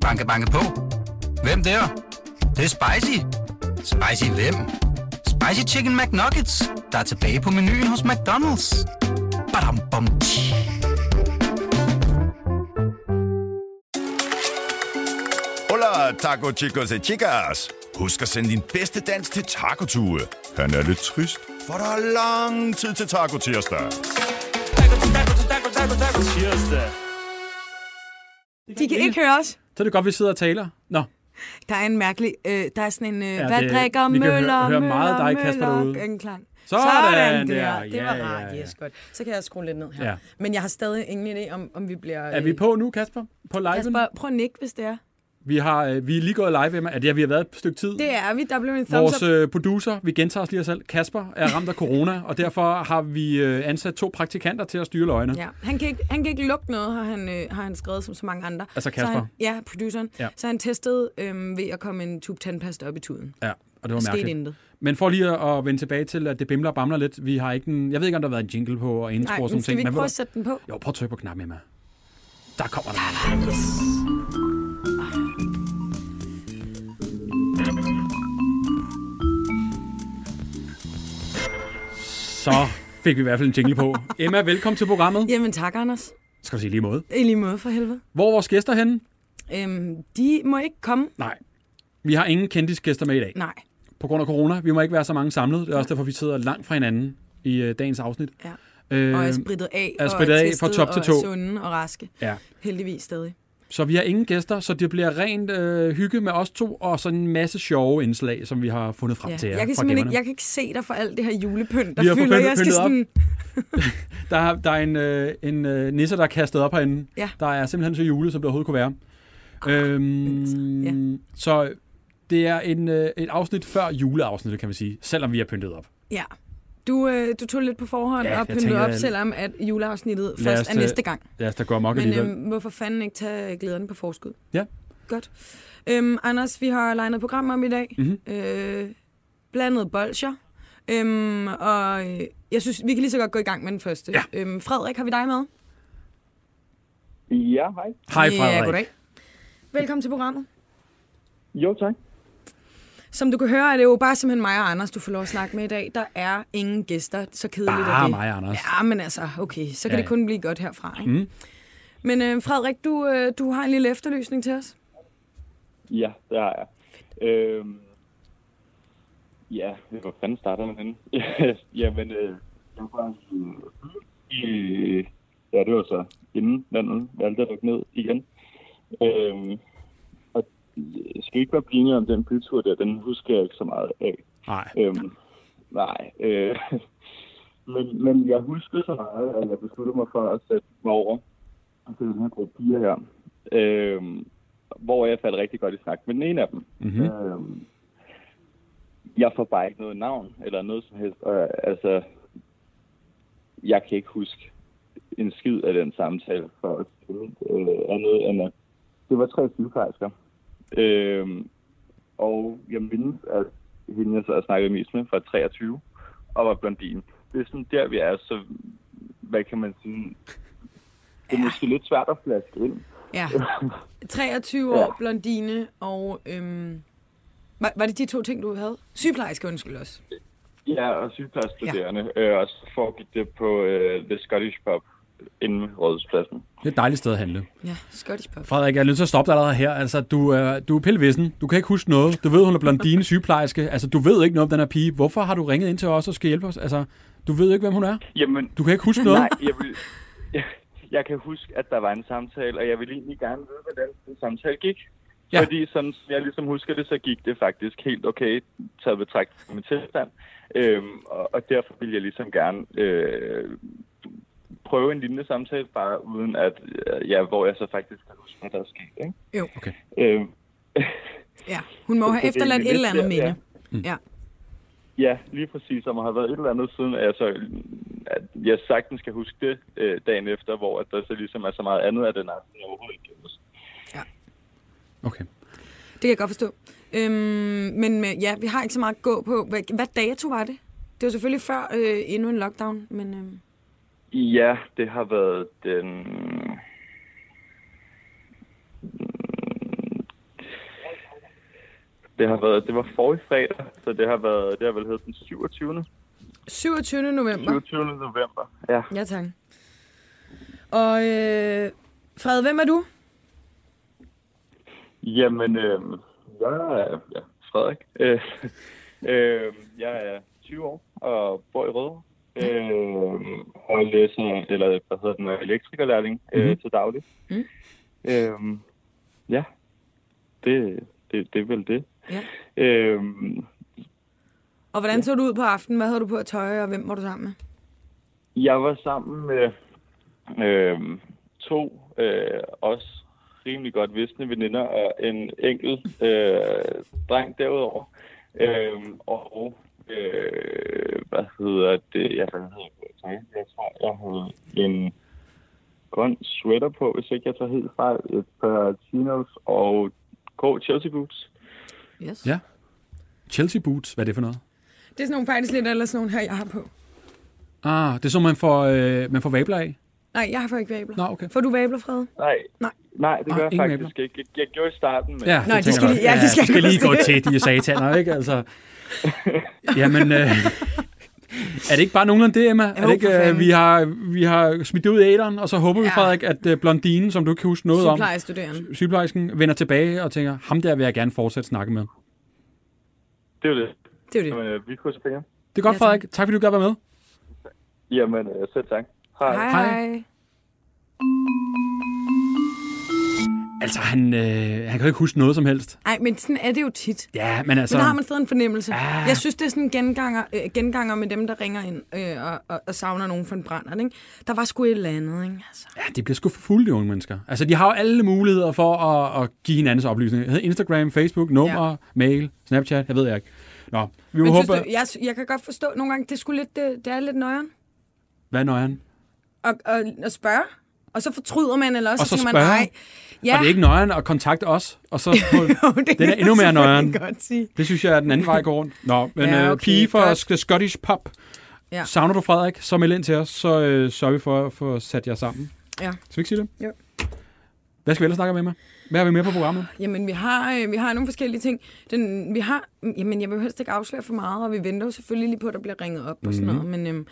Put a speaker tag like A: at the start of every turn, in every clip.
A: Banke, banke på. Hvem der? Det, er? det er spicy. Spicy hvem? Spicy Chicken McNuggets, der er tilbage på menuen hos McDonald's. Badum, bom, tji.
B: Hola, taco chicos y chicas. Husk at sende din bedste dans til Taco Tue. Han er lidt trist, for der er lang tid til Taco Tirsdag.
C: De kan ikke høre os.
D: Så er det godt, vi sidder og taler. Nå,
C: Der er en mærkelig... Øh, der er sådan en... Øh, ja, hvad
D: det-
C: drikker
D: vi kan høre-
C: møller,
D: høre
C: møller,
D: meget dig, Kasper,
C: møller,
D: derude.
C: En klang.
D: Sådan
C: der.
D: der.
C: Det var
D: Ja,
C: rart.
D: ja,
C: Ja,
D: ja.
C: ja. Yes, godt. Så kan jeg skrue lidt ned her.
D: Ja.
C: Ja. Men jeg har stadig ingen idé om, om vi bliver...
D: er vi på nu, Kasper? På live?
C: Øh, Kasper, prøv at nikke, hvis det er.
D: Vi, har, øh, vi er lige gået live, Emma. At, ja, vi har været et stykke tid.
C: Det er vi. Der blev en thumbs
D: Vores
C: up.
D: øh, producer, vi gentager os lige os selv, Kasper, er ramt af corona, og derfor har vi øh, ansat to praktikanter til at styre løgene.
C: Ja. Han, kan ikke, han kan ikke lugte noget, har han, øh, har han skrevet, som så mange andre.
D: Altså
C: Så
D: Kasper?
C: han, ja, produceren.
D: Ja.
C: Ja. Så han testede øh, ved at komme en tube tandpasta op i tuden.
D: Ja, og det var
C: Skete
D: mærkeligt.
C: intet.
D: Men for lige at at vende tilbage til, at det bimler og bamler lidt, vi har ikke en, jeg ved ikke, om der har været en jingle på og intro
C: Nej,
D: og sådan
C: men skal vi
D: ting.
C: ikke
D: men ved
C: prøve at
D: du-
C: sætte den på?
D: Jo, prøv at trykke på knappen, Emma. Der kommer der.
C: Yes.
D: Så fik vi i hvert fald en jingle på. Emma, velkommen til programmet.
C: Jamen tak, Anders.
D: Skal du sige lige måde.
C: I lige måde, for helvede.
D: Hvor er vores gæster henne?
C: Øhm, de må ikke komme.
D: Nej. Vi har ingen kendtisgæster med i dag.
C: Nej.
D: På grund af corona, vi må ikke være så mange samlet. Det er også derfor, vi sidder langt fra hinanden i øh, dagens afsnit.
C: Ja.
D: Øh,
C: Og er sprittet af,
D: er sprittet af
C: testet
D: fra top til
C: og
D: tå.
C: er sunde og raske.
D: ja.
C: Heldigvis stadig.
D: Så vi har ingen gæster, så det bliver rent øh, hygge med os to, og sådan en masse sjove indslag, som vi har fundet frem
C: Ja.
D: til jer
C: Jeg, kan
D: fra
C: simpelthen
D: gemmerne.
C: ikke, jeg kan ikke se dig for alt det her julepynt, der
D: Vi har fået
C: fylder. Jeg
D: pyntet-
C: skal
D: pyntet
C: sådan,
D: Der er, der er en, øh, en øh, nisse, der er kastet op herinde.
C: Ja.
D: Der er simpelthen så julet, som det overhovedet kunne være. Øhm,
C: altså, ja.
D: Så det er en, øh, et afsnit før juleafsnittet, kan man sige. Selvom vi har pyntet op.
C: ja. Du, øh, du tog lidt på forhånd
D: Ja, jeg
C: og pyntede
D: tænker,
C: op,
D: jeg-
C: selvom at juleafsnittet
D: os
C: først er
D: tage-
C: næste gang.
D: Lad os da gå amok
C: Men
D: alligevel.
C: øhm, hvorfor fanden ikke tage øh, glæderne på forskud?
D: Ja.
C: Godt. Øhm, Anders, vi har legnet program om i dag.
D: Mhm.
C: Øh, blandet bolcher. Øhm, og øh, jeg synes, vi kan lige så godt gå i gang med den første.
D: Ja.
C: Øhm, Frederik, har vi dig med?
E: Ja, hej.
D: Hej
C: Ja,
D: Frederik.
C: goddag. Velkommen til programmet.
E: Jo, tak.
C: Som du kan høre, er det jo bare simpelthen mig og Anders, du får lov at snakke med i dag. Der er ingen gæster, så kedeligt er
D: Bare
C: det.
D: mig, Anders.
C: Ja, men altså, okay, så kan
D: Ja,
C: det
D: ja.
C: kun blive godt herfra, ikke?
D: Mm.
C: Men øh, Frederik, du, øh, du har en lille efterlysning til os.
E: Ja, det har jeg. Øhm, ja, hvor fanden starter man henne? Jamen, øh, jeg var bare i... Ja, det var så inden landet valgte at lukke ned igen. Øhm, og øh, skal vi ikke bare blive enige om den bytur der? Den husker jeg ikke så meget af.
D: Nej.
E: Øhm, nej. Øh, men, men jeg huskede så meget, at jeg besluttede mig for at sætte mig over til den her gruppe piger her. Øhm, hvor jeg faldt rigtig godt i snak med den ene af dem.
D: Mhm.
E: Øhm, jeg får bare ikke noget navn eller noget som helst. Og, altså, jeg kan ikke huske en skid af den samtale for at stille øh, andet end at det var tre sygeplejersker. Øhm, og jeg mindes, at hende, jeg så har snakket mest med, var 23 og var blondine. Det er sådan der, vi er, så hvad kan man sige? Det er måske lidt svært at flaske ind.
C: Ja. 23
E: Ja.
C: år, blondine og... Øhm, var, var det de to ting, du havde? Sygeplejerske, undskyld også.
E: Ja, og sygeplejestuderende. Ja. Øh, og så foregik det på øh, The Scottish Pub inde ved Rådhuspladsen.
D: Det er et dejligt sted at handle.
C: Ja, Scottish Pub.
D: Frederik, jeg er nødt til at stoppe dig allerede her. Altså, du, øh, du er pillevissen. Du kan ikke huske noget. Du ved, hun er blondine sygeplejerske. Altså, du ved ikke noget om den her pige. Hvorfor har du ringet ind til os og skal hjælpe os? Altså, du ved ikke, hvem hun er.
E: Jamen,
D: Du kan ikke huske noget.
E: Nej, jeg, vil, jeg, jeg kan huske, at der var en samtale, og jeg vil egentlig gerne vide, hvordan den samtale gik.
D: Ja.
E: Ja. Fordi sådan, som jeg ligesom husker det, så gik det faktisk helt okay, taget betragt på min tilstand. Øhm, og, og derfor vil jeg ligesom gerne øh, prøve en lignende samtale, bare uden at, øh, ja, hvor jeg så faktisk kan huske, hvad der er sket. Ikke?
C: Jo.
D: Okay.
E: Øhm,
C: Ja, hun må have
E: Så det er
C: efterladt et
E: lidt
C: eller andet
E: der,
C: minde. Ja.
E: Ja, lige præcis, som har været et eller andet siden, altså, at jeg sagtens kan huske det øh, dagen efter, hvor at der så ligesom er så meget andet af den aften, jeg overhovedet ikke kan huske.
D: Okay.
C: Det kan jeg godt forstå. Øhm, men øh, ja, vi har ikke så meget at gå på. Hvad, hvad dato var det? Det var selvfølgelig før øh, endnu en lockdown, men... Øh,
E: Ja, det har været den... Det har været, det var forrige fredag, så det har været, det har vel heddet den 27.
C: 27. november.
E: 27. november. Ja.
C: Ja, tak. Og øh, Fred, hvem er du?
E: Jamen, øh, jeg er ja, Frederik. Øh, øh, jeg er 20 år og bor i Rødovre. Øh, og læser, eller hvad hedder den, er elektrikerlærling øh, mm-hmm. til daglig.
C: Mhm.
E: Øh, ja, det, det, det er vel det.
C: Ja.
E: Øh,
C: Og hvordan så du ud på aftenen? Hvad havde du på at tøje, og hvem var du sammen med?
E: jeg var sammen med øh, to øh, også rimelig godt visne veninder og en enkelt øh, dreng derudover. Øhm, og øh, hvad hedder det? Jeg, hvad hedder det? jeg tror, jeg havde en grøn sweater på, hvis ikke jeg tager helt fejl, et par chinos og grå Chelsea boots.
C: Yes.
D: Ja. Chelsea boots, hvad er det for noget?
C: Det er sådan nogle faktisk lidt, eller sådan nogle her, jeg har på.
D: Ah, det er sådan, man får, øh, man får vabler af.
C: Nej, jeg har for ikke vabler.
D: Nå, okay.
C: Får du vabler, Fred?
E: Nej,
C: Nej.
E: nej det
D: Ah,
E: gør jeg
D: ingen
E: faktisk ikke. Jeg, jeg gjorde i starten, men
D: Ja,
C: Nå,
D: det
C: de
D: tænker
C: skal
D: jeg
C: lige- ja,
D: nok.
C: de skal
D: de skal
C: nok
D: lige gå
C: også
D: til, de sataner, ikke? Altså, jamen, øh, er det ikke bare nogenlunde det, Emma? er
C: for
D: det ikke,
C: fanden.
D: øh, vi, har, vi har smidt det ud i æderen, og så håber vi,
C: Ja.
D: Frederik, at øh, blondinen, som du ikke kan huske noget om,
C: Sygeplejestuderende.
D: sygeplejersken, vender tilbage og tænker, ham der vil jeg gerne fortsætte snakke med.
E: det er jo det.
C: Det er jo det.
E: Jamen, øh, vi krydser fingre.
D: Det er godt,
C: Ja, tak.
D: Frederik. Tak, fordi du gad være med.
E: Jamen, øh, selv tak.
C: Hej,
D: Hej.
C: hej.
D: Altså, han, øh, han kan jo ikke huske noget som helst.
C: Ej, men sådan er det jo tit.
D: Ja, men altså...
C: Men der har man stadig en fornemmelse.
D: Ah.
C: Jeg synes, det er sådan genganger, øh, genganger med dem, der ringer ind øh, og, og, og savner nogen for en brænder. Ikke? Der var sgu et eller andet. Ikke? Altså.
D: Ja, de bliver sgu for fulde, de unge mennesker. Altså, de har jo alle muligheder for at, at give hinandens oplysninger. Instagram, Facebook, nummer, ja. mail, Snapchat, jeg ved ikke. Nå, vi må
C: Men synes
D: håbe...
C: du,
D: Du...
C: jeg, sy- jeg kan godt forstå nogle gange, det, skulle lidt, det, det er lidt nøjeren
D: Hvad når han?
C: at, at, at spørge. Og så fortryder man, eller også
D: Og så
C: tænker man,
D: spørge.
C: nej.
D: Ja. Og det er ikke nøjeren at kontakte os, og så...
C: Jo, det
D: Den er
C: kan man
D: endnu mere
C: selvfølgelig
D: nøjeren.
C: godt sige.
D: det synes jeg er den anden vej går rundt. Nå, men
C: Ja,
D: ja,
C: okay,
D: okay, pige fra
C: godt.
D: Sk- Scottish Pop.
C: Ja.
D: Ja. Savner du Frederik, så meld ind til os, så øh, sørger vi for at få sat jer sammen.
C: Ja.
D: Skal vi ikke sige det?
C: Jo.
D: Hvad skal vi ellers snakke om, Emma? Hvad har vi med på programmet?
C: Jamen, vi har, øh, vi har nogle forskellige ting. Den, vi har, jamen, jeg vil jo helst ikke afsløre for meget, og vi venter jo selvfølgelig lige på, at der bliver ringet op og sådan noget. Men, øhm,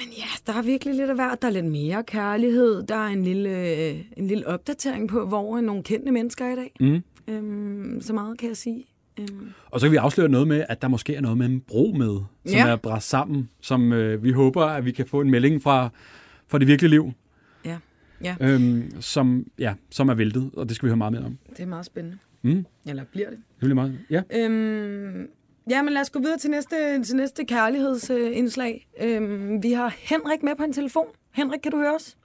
C: men ja, der er virkelig lidt af hvert. Der er lidt mere kærlighed. Der er en lille, øh, en lille opdatering på, hvor er nogle kendte mennesker i dag.
D: Mhm.
C: Øhm, så meget kan jeg sige. Øhm,
D: Og så kan vi afsløre noget med, at der måske er noget med en bro med, som
C: Ja.
D: ja. er bræst sammen, som øh, vi håber, at vi kan få en melding fra, fra det virkelige liv,
C: ja, ja,
D: øhm, som, ja, som er væltet, og det skal vi høre meget mere om.
C: det er meget spændende.
D: Mm.
C: Eller bliver det?
D: Det bliver meget. Ja.
C: Øhm, ja, men lad os gå videre til næste, til næste kærlighedsindslag. Øhm, vi har Henrik med på en telefon. Henrik, kan du høre os?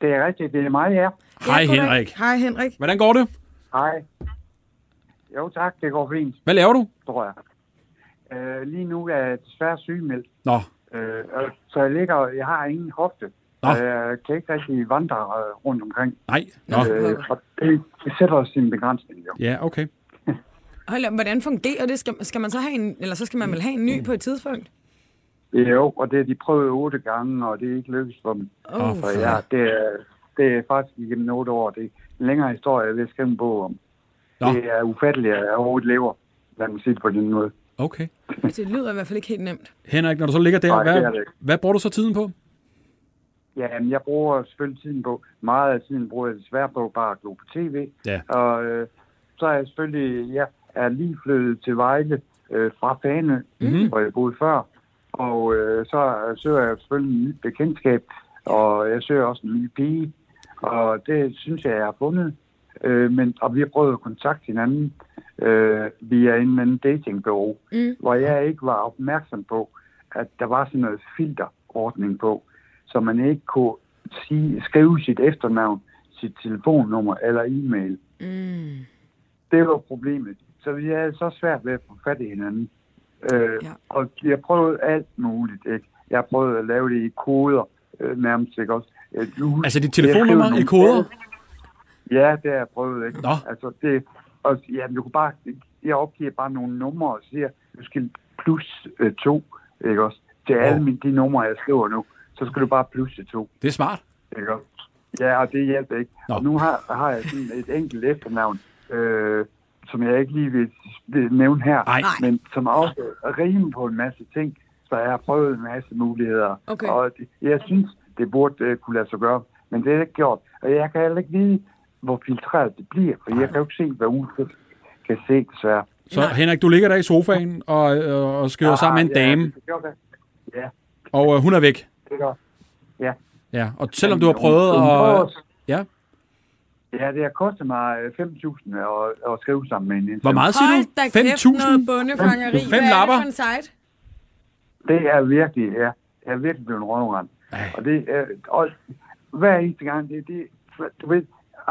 F: Det er rigtigt, det er mig, ja.
D: Hej
C: goddag.
D: Henrik.
C: Hej Henrik.
D: Hvordan går det?
F: Hej. Jo tak, det går fint,
D: Hvad laver du?
F: tror jeg. Øh, lige nu er jeg desværre sygemeldt,
D: Nå,
F: øh, og- så jeg ligger, jeg har ingen hofte.
D: Nå.
F: Og jeg kan ikke rigtig vandre øh, rundt omkring,
D: nej. Nå.
F: øh, og det, det sætter os i en begrænsning, jo.
D: Ja, okay.
C: Hold op, hvordan fungerer det? Skal, skal man så have en, eller så skal man vel have en ny på et tidspunkt?
F: Øh, Jo, og det har de prøvet otte gange, og det er ikke lykkedes for dem.
C: Åh,
F: Så ja, det er, det er faktisk igennem otte år. Det er en længere historie, jeg vil skrive en bog om.
D: Nå.
F: Det er ufatteligt, at jeg overhovedet lever, lad mig sige det på den måde.
D: Okay.
C: Altså, Det lyder i hvert fald ikke helt nemt.
D: Henrik, når du så ligger der,
F: Nej, det er
D: hvad,
F: det ikke.
D: hvad bruger du så tiden på?
F: Ja, men jeg bruger selvfølgelig tiden på, meget af tiden bruger jeg desværre på bare at glo på tv.
D: Ja.
F: Og øh, så er jeg selvfølgelig, jeg er lige flyttet til Vejle øh, fra Fane, mm-hmm. hvor jeg boede før. Og øh, så søger jeg selvfølgelig en ny bekendtskab, og jeg søger også en ny pige. Og det synes jeg, jeg har fundet. Øh, men, og vi har prøvet at kontakte hinanden øh, via en eller anden datingbureau, mm. hvor jeg ikke var opmærksom på, at der var sådan noget filterordning på, så man ikke kunne sige, skrive sit efternavn, sit telefonnummer eller e-mail.
C: Mm.
F: Det var problemet. Så vi havde så svært ved at få fat i hinanden. Øh,
C: Ja.
F: ja. Og jeg prøvede alt muligt. Ikke? Jeg prøvede at lave det i koder øh, nærmest. Ikke? Også, øh, du,
D: Altså dit telefonnummer i koder?
F: Ja, det har jeg prøvet. Ikke?
D: Nå.
F: Altså, det, og, ja, du kan bare, jeg opgiver bare nogle numre og siger, du skal plus øh, to, ikke også? Til alle mine, de numre, jeg skriver nu, så skal du bare plusse to,
D: Det er smart.
F: ikke også? Ja, og det hjælper ikke.
D: Nå.
F: Og nu har, har jeg sådan et enkelt efternavn, øh, som jeg ikke lige vil, vil nævne her,
D: Nej.
F: men som også rimer på en masse ting, så jeg har prøvet en masse muligheder.
C: Okay.
F: Og det- jeg synes, det burde øh, kunne lade sig gøre, men det er ikke gjort. Og jeg kan heller ikke vide, hvor filtreret det bliver, for jeg kan jo ikke se, hvad hun kan, kan se, desværre.
D: Så Henrik, du ligger der i sofaen og, øh, og skriver sammen med en
F: Ah, ja,
D: dame,
F: det gør det. Ja,
D: og øh, hun er væk.
F: det gør Ja.
D: Ja, og selvom du har prøvet
F: Hun- hun prøver-
D: at... Ja,
F: Ja, det har kostet mig øh, 5.000 at, at skrive sammen med en
D: hvor meget siger
C: Hold
D: du?
C: da kæft, noget
D: 5.000?
C: bondefangeri.
D: Fem
C: Hvad er
D: lapper.
C: det for en site?
F: Det er virkelig, ja. Jeg er virkelig blevet røvrende. Og det er, og hver eneste gang, det, det du ved,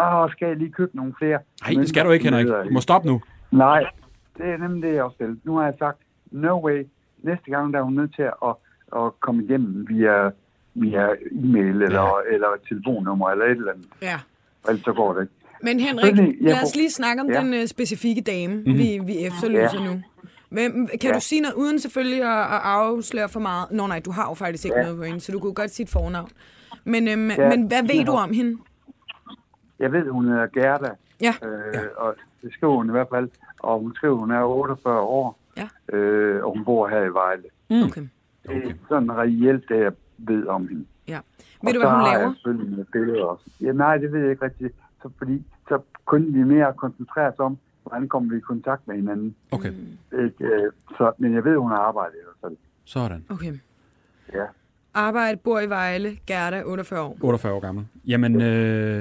F: åh, skal jeg lige købe nogle flere?
D: Nej, det skal du ikke, Henrik. Du må stoppe nu.
F: Nej, det er nemlig det, jeg også vil. Nu har jeg sagt, no way. Næste gang, der er hun nødt til at, at komme igennem via, via e-mail eller, ja. eller telefonnummer eller et eller andet.
C: Ja.
F: Ellers så går det ikke.
C: Men Henrik,
F: Selvfølgelig, jeg
C: lad os
F: får-
C: lige snakke om ja.
F: Ja.
C: den øh, specifikke dame, mm-hmm.
D: Mhm.
C: vi, vi efterlyser ja. nu. Hvem, kan ja. du sige noget, uden selvfølgelig at, at afsløre for meget? Nå nej, du har jo faktisk ikke ja. noget på hende, så du kunne godt sige et fornavn. Men, øhm, ja. men hvad ved du om hende?
F: Jeg ved, hun hedder Gerda.
C: Ja.
F: Øh, og det skriver hun i hvert fald. Og hun skriver, hun er 48 år.
C: Ja.
F: Øh, og hun bor her i Vejle.
C: Okay.
F: Det er sådan reelt, det jeg ved om hende.
C: Ja. Ved
F: og
C: du,
F: så
C: hvad hun
F: har
C: laver?
F: jeg selvfølgelig nogle billeder også. Ja, nej, det ved jeg ikke rigtigt. Så, fordi, så kunne vi mere koncentrere os om, hvordan kommer vi i kontakt med hinanden.
D: Okay,
F: Ikke? Øh, Så, men jeg ved, hun har arbejdet i hvert fald.
D: sådan.
C: Okay.
F: Ja.
C: Arbejde, bor i Vejle, Gerda, 48 år.
D: 48 år gammel. Jamen, øh,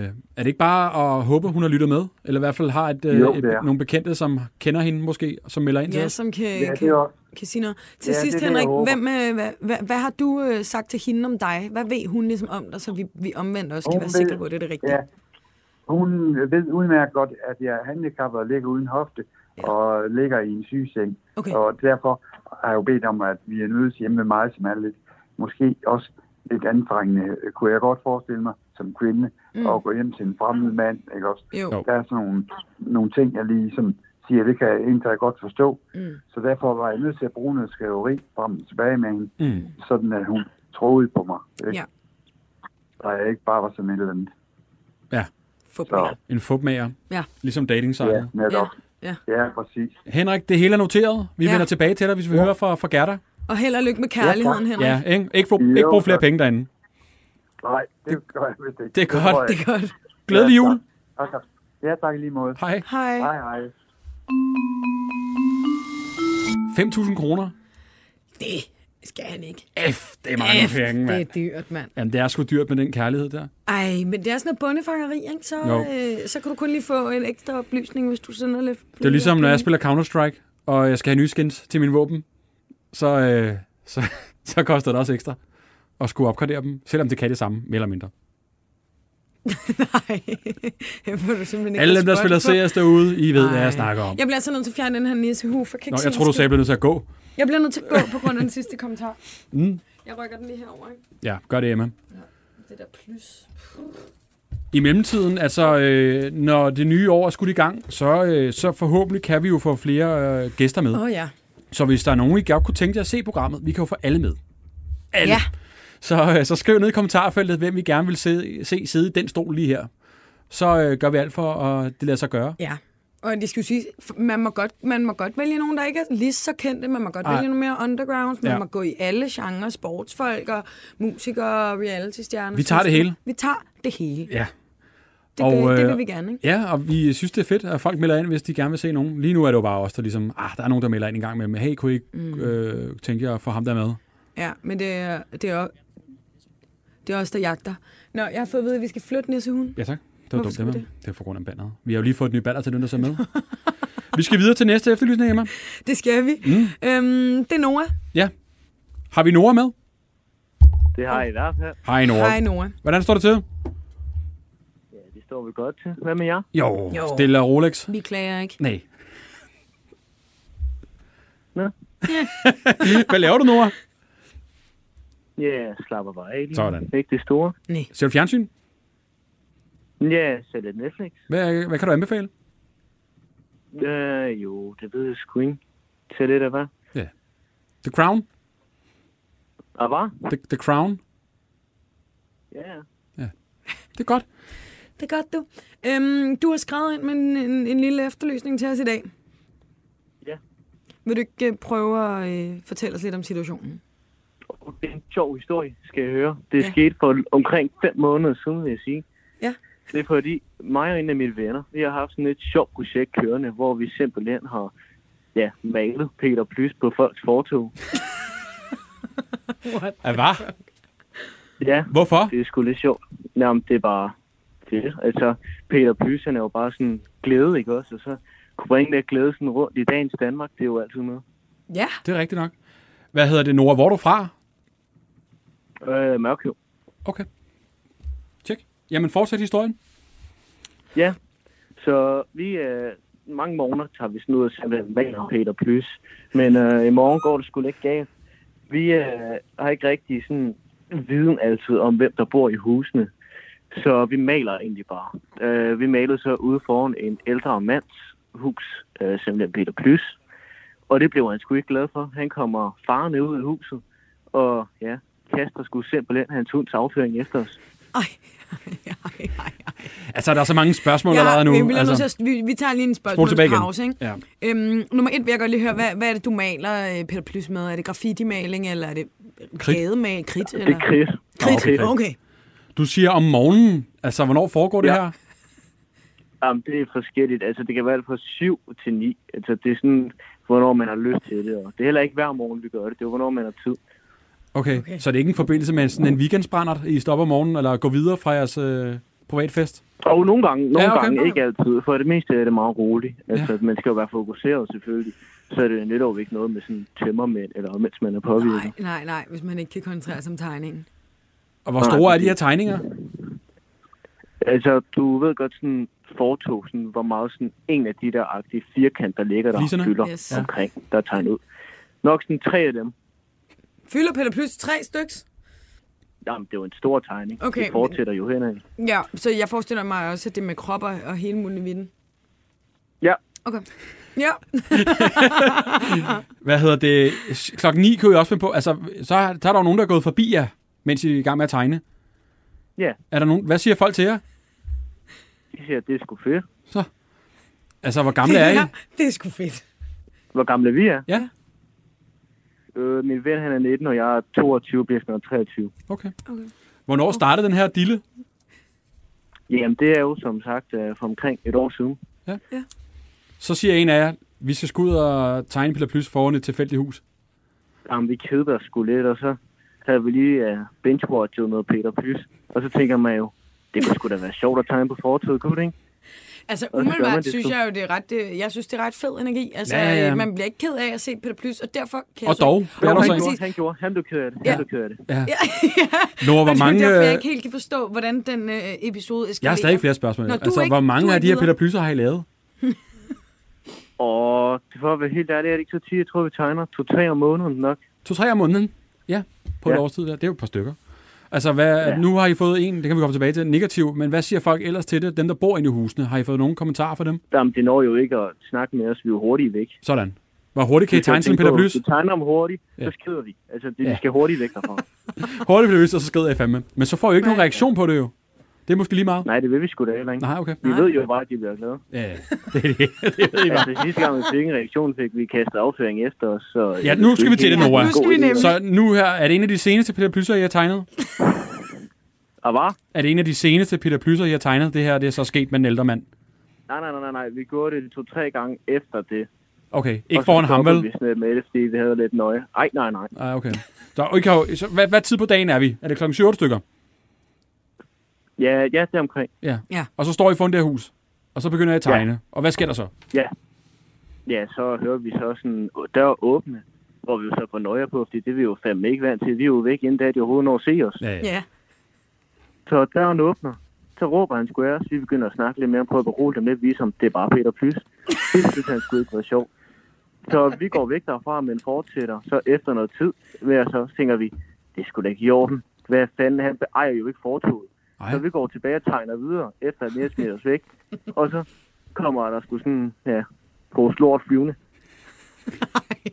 D: er det ikke bare at håbe, hun har lyttet med? Eller i hvert fald har et, øh,
F: Jo,
D: et,
F: det er.
D: nogle bekendte, som kender hende måske, som melder ind til
C: Ja,
D: os?
C: som kan,
F: Ja, det er
C: kan,
F: også-
C: kan sige noget. Til
F: Ja,
C: sidst,
F: det er det, jeg
C: Henrik,
F: håber.
C: hvem, øh, hvad, hvad, hvad har du øh, sagt til hende om dig? Hvad ved hun ligesom om dig, så vi, vi omvendt også kan
F: Hun
C: være
F: ved-
C: sikre på, at det er det rigtige?
F: Ja. Hun ved udmærket godt, at jeg er handicappet og ligger uden hofte ja. og ligger i en sygeseng.
C: Okay.
F: Og derfor har jeg jo bedt om, at vi er nødt hjemme med mig, som er lidt, måske også lidt anstrengende, øh, kunne jeg godt forestille mig som kvinde, mm. at gå hjem til en fremmed mand. Ikke også?
C: Jo.
D: Jo.
F: Der er sådan nogle, nogle ting, jeg ligesom siger, det kan jeg egentlig godt forstå. Mm. Så derfor var jeg nødt til at bruge noget skriveri frem og tilbage med hende, mm. sådan at hun troede på mig. Ikke?
C: Ja,
F: Og jeg ikke bare var sådan et eller andet.
D: Ja,
C: forbrug.
D: en fupmager.
C: Ja.
D: Ligesom dating
F: Ja,
D: ja.
C: Ja.
F: netop.
C: ja.
F: Ja, præcis.
D: Henrik, det hele er noteret. Vi
C: Ja.
D: ja. vender tilbage til dig, hvis vi ja. hører fra, fra Gerda.
C: Og held og lykke med kærligheden, Henrik.
D: Ja, ikke, ikke, for,
F: Jo,
D: ikke brug flere
F: tak.
D: penge derinde.
F: Nej, det gør jeg vist ikke.
D: Det er godt.
F: tror jeg
C: Det
F: ikke.
C: er godt.
D: Glædelig
F: Ja,
D: jul.
F: tak. Tak, tak. Ja, tak i lige måde.
D: Hej.
C: Hej.
F: Hej, hej.
D: 5.000 kroner.
C: Det skal han ikke.
D: F, det er mange
C: F,
D: penge,
C: det er
D: mand.
C: dyrt, mand.
D: Jamen, det er sgu dyrt med den kærlighed der.
C: Ej, men det er sådan noget bondefangeri, ikke? Så,
D: Jo.
C: øh, så kan du kun lige få en ekstra oplysning, hvis du sender lidt...
D: Det er ligesom, når jeg spiller Counter-Strike, og jeg skal have nye skins til min våben, så, øh, så, så koster det også ekstra at skulle opgradere dem, selvom det kan det samme, mere eller mindre.
C: Nej, det får du simpelthen ikke
D: Alle dem, der spiller
C: respons på.
D: CS derude, I ved, hvad
C: Ej.
D: jeg snakker om.
C: Jeg bliver altså nødt til at fjerne den her nissehue, for jeg kan ikke
D: Nå,
C: se
D: jeg
C: en
D: tror du
C: skid.
D: sagde, at jeg blev nødt til at gå.
C: Jeg bliver nødt til at gå på grund af den sidste kommentar.
D: Mm.
C: Jeg rykker den lige herover, ikke?
D: Ja, gør det, Emma.
C: Det der plus.
D: I mellemtiden, altså øh, når det nye år er skudt i gang, så, øh, så forhåbentlig kan vi jo få flere øh, gæster med.
C: Åh oh, ja.
D: Så hvis der er nogen, I godt kunne tænke jer at se programmet, vi kan jo få alle med. Alle.
C: Ja.
D: Så, øh, så skriv ned i kommentarfeltet, hvem vi gerne vil se, se sidde i den stol lige her. Så øh, gør vi alt for, at det lader sig gøre.
C: Ja. Og det skal jo sige, f- man må, godt, man må godt vælge nogen, der ikke er lige så kendte. Man må godt
D: Ej.
C: Ej. vælge nogle mere undergrounds. Man
D: Ja.
C: ja. må gå i alle genrer. Sportsfolk og musikere og reality-stjerner.
D: Vi tager det hele.
C: Vi tager det hele.
D: Ja.
C: Det, og, det, det vil vi gerne, ikke?
D: øh, Ja, og vi synes, det er fedt, at folk melder ind, hvis de gerne vil se nogen. Lige nu er det jo bare os, der ligesom, ah, der er nogen, der melder ind en gang med, hey, kunne I ikke mm. øh, tænke jer at få ham der med?
C: Ja, men det er, det er, o- det er os, der jagter. Nå, jeg har fået at vide, at vi skal flytte nissehunden.
D: Ja tak. Det var
C: Hvorfor
D: dumt,
C: skulle
D: Emma.
C: vi det?
D: Det er på grund af banneret. Vi har jo lige fået et nyt banner til dem, der ser med. vi skal videre til næste efterlysning, Emma.
C: Det skal vi. Mm. Øhm, det er Nora.
D: Ja. Har vi Nora med?
G: Det har I i hvert fald.
D: Hej Nora.
C: Hej, Nora.
D: Hvordan står det til?
G: Ja, det står vi godt til. Hvad med jer?
D: Jo,
C: Jo.
D: stille og Rolex.
C: Vi klager ikke.
D: Nej.
G: Nå.
D: Hvad laver du, Nora?
G: Ja, jeg slapper bare af lige.
D: Sådan.
G: Ikke det store.
D: Ser du fjernsyn?
G: Ja, jeg ser lidt Netflix.
D: Hvad, hvad kan du anbefale?
G: Øh, jo, det ved jeg sgu ikke. Ser lidt af hvad?
D: The Crown?
G: Og hvad?
D: The, The Crown?
G: Ja,
D: Det er godt.
C: Det er godt, du. Øhm, du har skrevet ind med en, en, en lille efterlysning til os i dag.
G: Ja.
C: Vil du ikke øh, prøve at øh, fortælle os lidt om situationen?
G: Og det er en sjov historie, skal jeg høre. Det
C: Ja.
G: ja. skete for omkring fem måneder siden, vil jeg sige.
C: Ja.
G: Det er fordi, mig og en af mine venner, vi har haft sådan et sjovt projekt kørende, hvor vi simpelthen har ja, malet Peter Plys på folks fortog.
D: Ja, hvad?
G: Ja,
D: Hvorfor?
G: det er sgu lidt sjovt. Jamen, det er bare fedt. Altså, Peter Plys, han er jo bare sådan glæde, ikke også? Og så kunne bringe der glæde sådan rundt i dagens Danmark, det er jo altid noget.
C: Ja.
D: Det er rigtigt nok. Hvad hedder det, Nora? Hvor er du fra?
G: Øh, mørk jo.
D: Okay. Tjek. Jamen, fortsæt historien.
G: Ja, så vi øh, mange morgener tager vi sådan ud og simpelthen maler Peter Plys. Men øh, i morgen går det sgu lidt galt. Vi øh, har ikke rigtig sådan viden altid om, hvem der bor i husene. Så vi maler egentlig bare. Øh, vi malede så ude foran en ældre mands hus, øh, simpelthen Peter Plys. Og det blev han sgu ikke glad for. Han kommer farne ud af huset, og ja, kaster sgu simpelthen hans hunds afføring efter os.
C: Ej, ej, ej, ej.
D: Altså, der er så mange spørgsmål
C: Ja,
D: allerede nu.
C: Vi, bliver nødt
D: altså,
C: til at, vi, vi tager lige en
D: Spol tilbage igen.
C: spørgsmålspause. Ikke?
D: Ja.
C: Øhm, nummer et vil jeg godt lige høre, hvad, hvad er det, du maler øh, Peter Plys med? Er det graffiti-maling, eller er det
D: Kridt.
C: gademal, kridt?
G: Det er
C: Eller?
G: Chris.
C: Kridt,
G: okay.
C: okay.
D: Du siger om morgenen. Altså, hvornår foregår det
G: Ja.
D: her?
G: Jamen, det er forskelligt. Altså, det kan være fra 7 til 9. Altså, det er sådan, hvornår man har lyst til det. Og det er heller ikke hver morgen, vi gør det. Det er, hvornår man har tid.
D: Okay. okay. Så det er ikke en forbindelse med sådan en weekendsbrændert, I stopper om morgenen, eller går videre fra jeres øh, privatfest?
G: Og nogle gange, nogle
D: Ja, okay.
G: gange ikke altid. For det meste er det meget roligt. Altså, ja. man skal jo være fokuseret, selvfølgelig. Så er det netop ikke noget med sådan tømmermænd, eller mens man er påvirket.
C: Nej, nej, nej, hvis man ikke kan koncentrere sig om tegningen.
D: Og hvor
G: Nej,
D: store er de
G: det-
D: her tegninger?
G: Altså, du ved godt sådan fortog, sådan, hvor meget sådan en af de der agtige firkant, der ligger der
D: Fliserne?
G: og fylder
C: Yes.
G: yes. omkring, der er tegnet ud. Nok sådan tre af dem.
C: Fylder Peter Plys tre styks?
G: Jamen, det er jo en stor tegning.
C: Okay, men-
G: det fortsætter jo henad.
C: Ja, så jeg forestiller mig også, at det er med kropper og hele munden
G: Ja,
C: Okay. Ja,
D: Hvad hedder det? S- Klokken 9 kunne jeg også finde på. Altså, så er så er der jo nogen, der er gået forbi jer, mens I er i gang med at tegne.
G: ja.
D: Er der nogen? Hvad siger folk til jer?
G: De siger, at det er sgu fedt.
D: Altså, hvor gamle er I?
C: det er sgu fedt.
G: Hvor gamle vi er?
D: Ja,
G: Øh, min ven, han er 19, og jeg er 22, bliver snart 23.
D: okay. Hvornår startede den her dille?
G: Jamen, det er jo som sagt øh, for omkring et år siden.
D: Så siger en af jer, vi skal sgu ud og tegne Peter Plys foran et tilfældigt hus.
G: Jamen, vi kedede os sgu lidt, og så havde vi lige øh, benchwatchet noget Peter Plys. Og så tænker man jo, det kunne sgu da være sjovt at tegne på fortovet, kunne det ikke?
C: Altså
G: gør man
C: umiddelbart
G: det
C: synes
G: sgu.
C: jeg jo, det er ret, det, jeg synes, det er ret fed energi. Altså,
D: Ja, ja, ja.
C: øh, man bliver ikke ked af at se Peter Plys, og derfor kan jeg
D: Og
C: så-
D: dog, det er der
C: men
D: så
G: han,
D: en.
C: præcis.
G: gjorde, han gjorde, han blev ked af det,
C: Ja.
G: han blev ked af det.
D: Nora,
C: Og
D: hvor
C: det er
D: mange...
C: derfor, jeg
D: øh,
C: ikke helt kan forstå, hvordan den øh, episode eskalerer.
D: Jeg har stadig flere spørgsmål.
C: Nå, du er
D: altså,
C: ikke-
D: hvor
C: du
D: mange
C: er
D: af de her
C: ikke
D: Peter Plysser har I lavet?
G: Og for at være helt ærlig, er det ikke så tit, jeg tror, vi tegner to-tre om måneden nok.
D: To-tre om måneden? Ja, på ja. et
G: Ja.
D: års tid der. Det er jo et par stykker. Altså, hvad, ja.
G: Ja.
D: nu har I fået en, det kan vi komme tilbage til, negativ, men hvad siger folk ellers til det? Dem, der bor inde i husene, har I fået nogen kommentarer fra dem?
G: Jamen, det når jo ikke at snakke med os, vi er jo hurtigt væk.
D: Sådan. Hvor hurtigt kan I
G: Vi skal
D: tegne sådan en
G: tænke
D: Peter
G: på,
D: Plys?
G: Vi tegner om hurtigt,
D: Ja.
G: så skrider vi. Altså, det,
D: Ja.
G: vi skal hurtigt væk derfra.
D: Hurtigt Peter Plys, og så skrider I fandme. Men så får I jo ikke
C: Nej.
D: nogen reaktion på det jo. Det er måske lige meget.
G: Nej, det vil vi sgu da heller ikke.
D: Nej, okay.
G: Vi ved jo bare, at de bliver glade.
D: Ja, ja. det, er det, det ved I bare.
G: Altså, sidste gang vi fik en reaktion, fik vi kastet afføring efter os. Så øh,
D: Ja, nu skal vi til det, Nora.
C: nu skal vi nemlig.
D: Så nu her, er det en af de seneste Peter Plysser, I har tegnet?
G: Og var?
D: Er det en af de seneste Peter Plysser, I har tegnet? Det her, det er så sket med en ældre mand.
G: Nej, nej, nej, nej, nej. Vi gjorde det to-tre gange efter det.
D: Okay,
G: Og
D: ikke
G: så
D: foran ham,
G: stoppede
D: vel?
G: Vi sådan med det, fordi vi havde lidt nøje. Ej, nej, nej.
D: Ah, okay. Så, okay, jo, så hvad, hvad tid på dagen er vi? Er det klokken 7 stykker?
G: Ja, ja, det er omkring.
D: Ja.
C: Ja.
D: Og så står I foran det her hus, og så begynder jeg at tegne. Ja. Og hvad sker der så?
G: Ja, så hører vi så sådan dør åbne, hvor vi jo så får nøje på, fordi det er vi jo fandme ikke vant til. Vi er jo væk, inden da de overhovedet når at se os.
D: Ja,
C: Ja,
G: Så døren åbner. Så råber han sgu af os. Vi begynder at snakke lidt mere, prøver at berolige dem lidt, vise ham, det er bare Peter Plys. Det synes han sgu ikke var sjovt. Så vi går væk derfra, men fortsætter. Så efter noget tid, ved at så tænker vi, det skulle da ikke i orden. Hvad fanden, han ejer jo ikke fortoget.
D: Ej.
G: Så vi går tilbage og tegner videre, efter at Niels smider os væk. Og så kommer der sgu sådan, ja, på slort flyvende,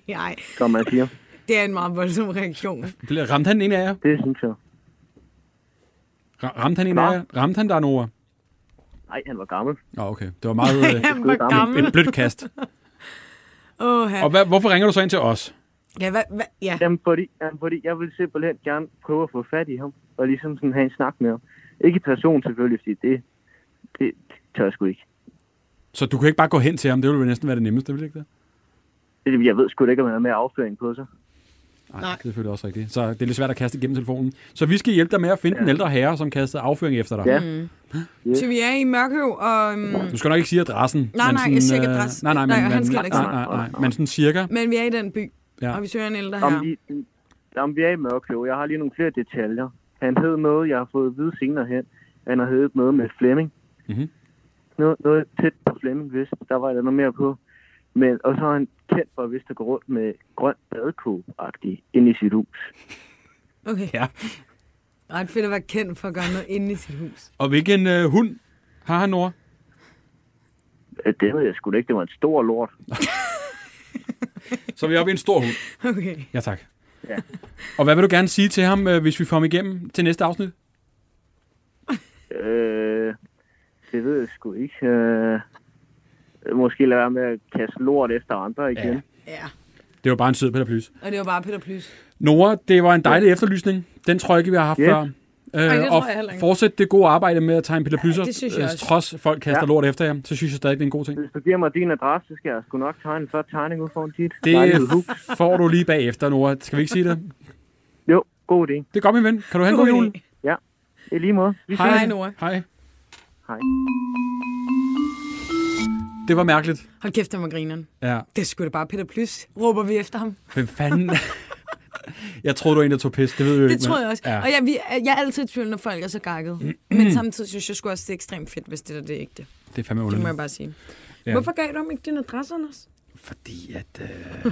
C: nej.
G: som man siger.
C: Det er en meget voldsom reaktion.
D: Bl- Ramte han en af jer?
G: Det synes jeg.
D: Ra- Ramte han en
G: Hva?
D: af jer? Ramte han der, Nora?
G: Nej, han var gammel.
D: Nå, okay. Det var meget øh,
C: Han var
G: gammel.
D: et
C: gammel.
D: blødt kast.
C: Åh,
D: Og hvad, hvorfor ringer du så ind til os?
C: ja, hvad, hvad, ja.
G: Jamen fordi, jamen, fordi jeg ville simpelthen gerne prøve at få fat i ham, og ligesom sådan have en snak med ham. Ikke i person selvfølgelig, fordi det, det tør jeg sgu ikke.
D: Så du kan ikke bare gå hen til ham. Det ville vel næsten være det nemmeste, ville det ikke det?
G: Det- Jeg ved sgu da ikke, om han er med afføring på sig.
D: Nej, det er selvfølgelig også rigtigt. Så det er lidt svært at kaste igennem telefonen. Så vi skal hjælpe dig med at finde ja. den ældre herre, som kastede afføring efter dig.
G: Ja.
C: Så vi er i Mørkøv, og, øhm,
D: Du skal nok ikke sige adressen.
C: Nej,
D: men
C: nej, jeg siger ikke
D: øh,
C: adresse.
D: Nej, nej, men,
C: Nej, og han
D: men-
C: skal heller ikke
D: nej, nej, nej, nej, men sådan cirka.
C: men vi er i den by,
D: Ja.
C: og vi søger en ældre
G: Om
C: her.
G: vi, om vi er i Mørkøv, jeg har lige nogle flere detaljer. Han hed noget, jeg har fået at vide senere hen. Han har heddet noget med Flemming.
D: Mhm.
G: Noget, noget tæt på Flemming, hvis der var noget mere på. Men, og så har han kendt for, hvis der går rundt med grøn badekåb-agtig inde i sit hus.
C: Okay.
D: Ja.
C: Ret fedt at være kendt for at gøre noget inde i sit hus.
D: Og hvilken øh, hund har han, Nora?
G: Øh, Det ved jeg sgu da ikke, det var en stor lort.
D: Så er vi oppe i en stor hund.
C: Okay.
D: Ja, tak.
G: Ja.
D: Og hvad vil du gerne sige til ham, øh, hvis vi får ham igennem til næste afsnit?
G: Øh, det ved jeg sgu ikke. Øh, måske lade være med at kaste lort efter andre igen.
D: Ja.
G: Ja.
C: Ja,
D: Det var bare en sød Peter Plys.
C: og det var bare Peter Plys.
D: Nora, det var en dejlig ja. efterlysning. Den tror jeg ikke, vi har haft
G: Ja.
D: før. Øh,
C: det tror
D: og
C: jeg heller ikke.
D: fortsæt det gode arbejde med at tegne Peter Plysser,
C: det synes jeg
D: øh,
C: også.
D: trods folk kaster ja.
G: Ja.
D: lort efter jer, så synes jeg stadig, det er en god ting.
G: Hvis du giver mig din adresse, så skal jeg sgu nok tegne en flot tegning ud foran dit.
D: Det
G: lejlighed hus.
D: får du lige bagefter, Nora. Skal vi ikke sige det?
G: Jo, god idé.
D: Det er godt, min ven. Kan du have en god jul?
G: Ja, i lige måde. Vi ses.
C: Hej, Nora.
D: Hej.
G: Hej.
D: Det var mærkeligt.
C: Hold kæft, han var grineren.
D: Ja.
C: Det er sgu da bare Peter Plys, råber vi efter ham.
D: Hvem fanden? jeg troede, du var en, der tog pis. Det ved jeg jo ikke.
C: Det tror
D: men-
C: jeg også.
D: Ja.
C: Og jeg, vi, jeg er altid i tvivl, når folk er så gakket. Men samtidig synes jeg sgu også, det er ekstremt fedt, hvis det der det er ægte.
D: Det er fandme
C: Det må jeg
D: underligt.
C: bare sige.
D: Ja.
C: Hvorfor gav du ham ikke din adresse, Anders?
D: Fordi at... Øh,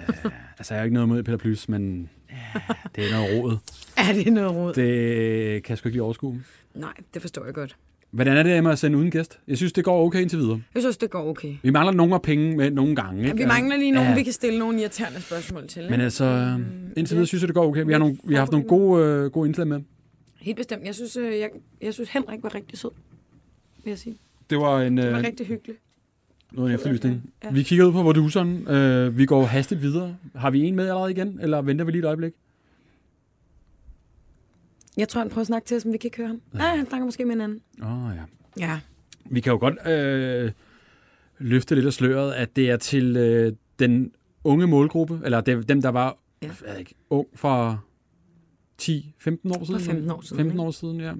D: altså, jeg har ikke noget imod Peter Plys, men... Ja, det er noget råd.
C: Er det noget råd? Det...
D: Det kan jeg sgu ikke lige overskue.
C: Nej, det forstår jeg godt.
D: Hvordan er det med at sende uden gæst? Jeg synes, det går okay indtil videre.
C: Jeg synes, det går okay.
D: Vi mangler nogle af penge med nogle gange. Ikke?
C: Vi mangler lige nogen,
D: Ja.
C: ja. vi kan stille nogle irriterende spørgsmål til. Ikke?
D: Men altså, øh, indtil videre synes jeg, det går okay. Vi
C: lidt
D: har, nogle, vi har haft nogle gode, øh, gode indslag med.
C: Helt bestemt. Jeg synes, øh, jeg, jeg synes Henrik var rigtig sød, vil jeg sige.
D: Det var en,
C: Det var
D: øh,
C: rigtig hyggeligt.
D: noget af en efterlysning. Ja. Vi kigger ud på produceren. Øh, vi går hastigt videre. Har vi en med allerede igen, eller venter vi lige et øjeblik?
C: Jeg tror, han prøver at snakke til os, men vi kan ikke høre ham. Nej, han snakker måske med en anden.
D: Åh, oh, ja.
C: Ja.
D: Vi kan jo godt øh, løfte lidt af sløret, at det er til øh, den unge målgruppe, eller det, er dem, der var ja.
C: Ja.
D: jeg ved ikke, ung for 10-15 år siden.
C: 15 år siden,
D: 15 år siden, ja.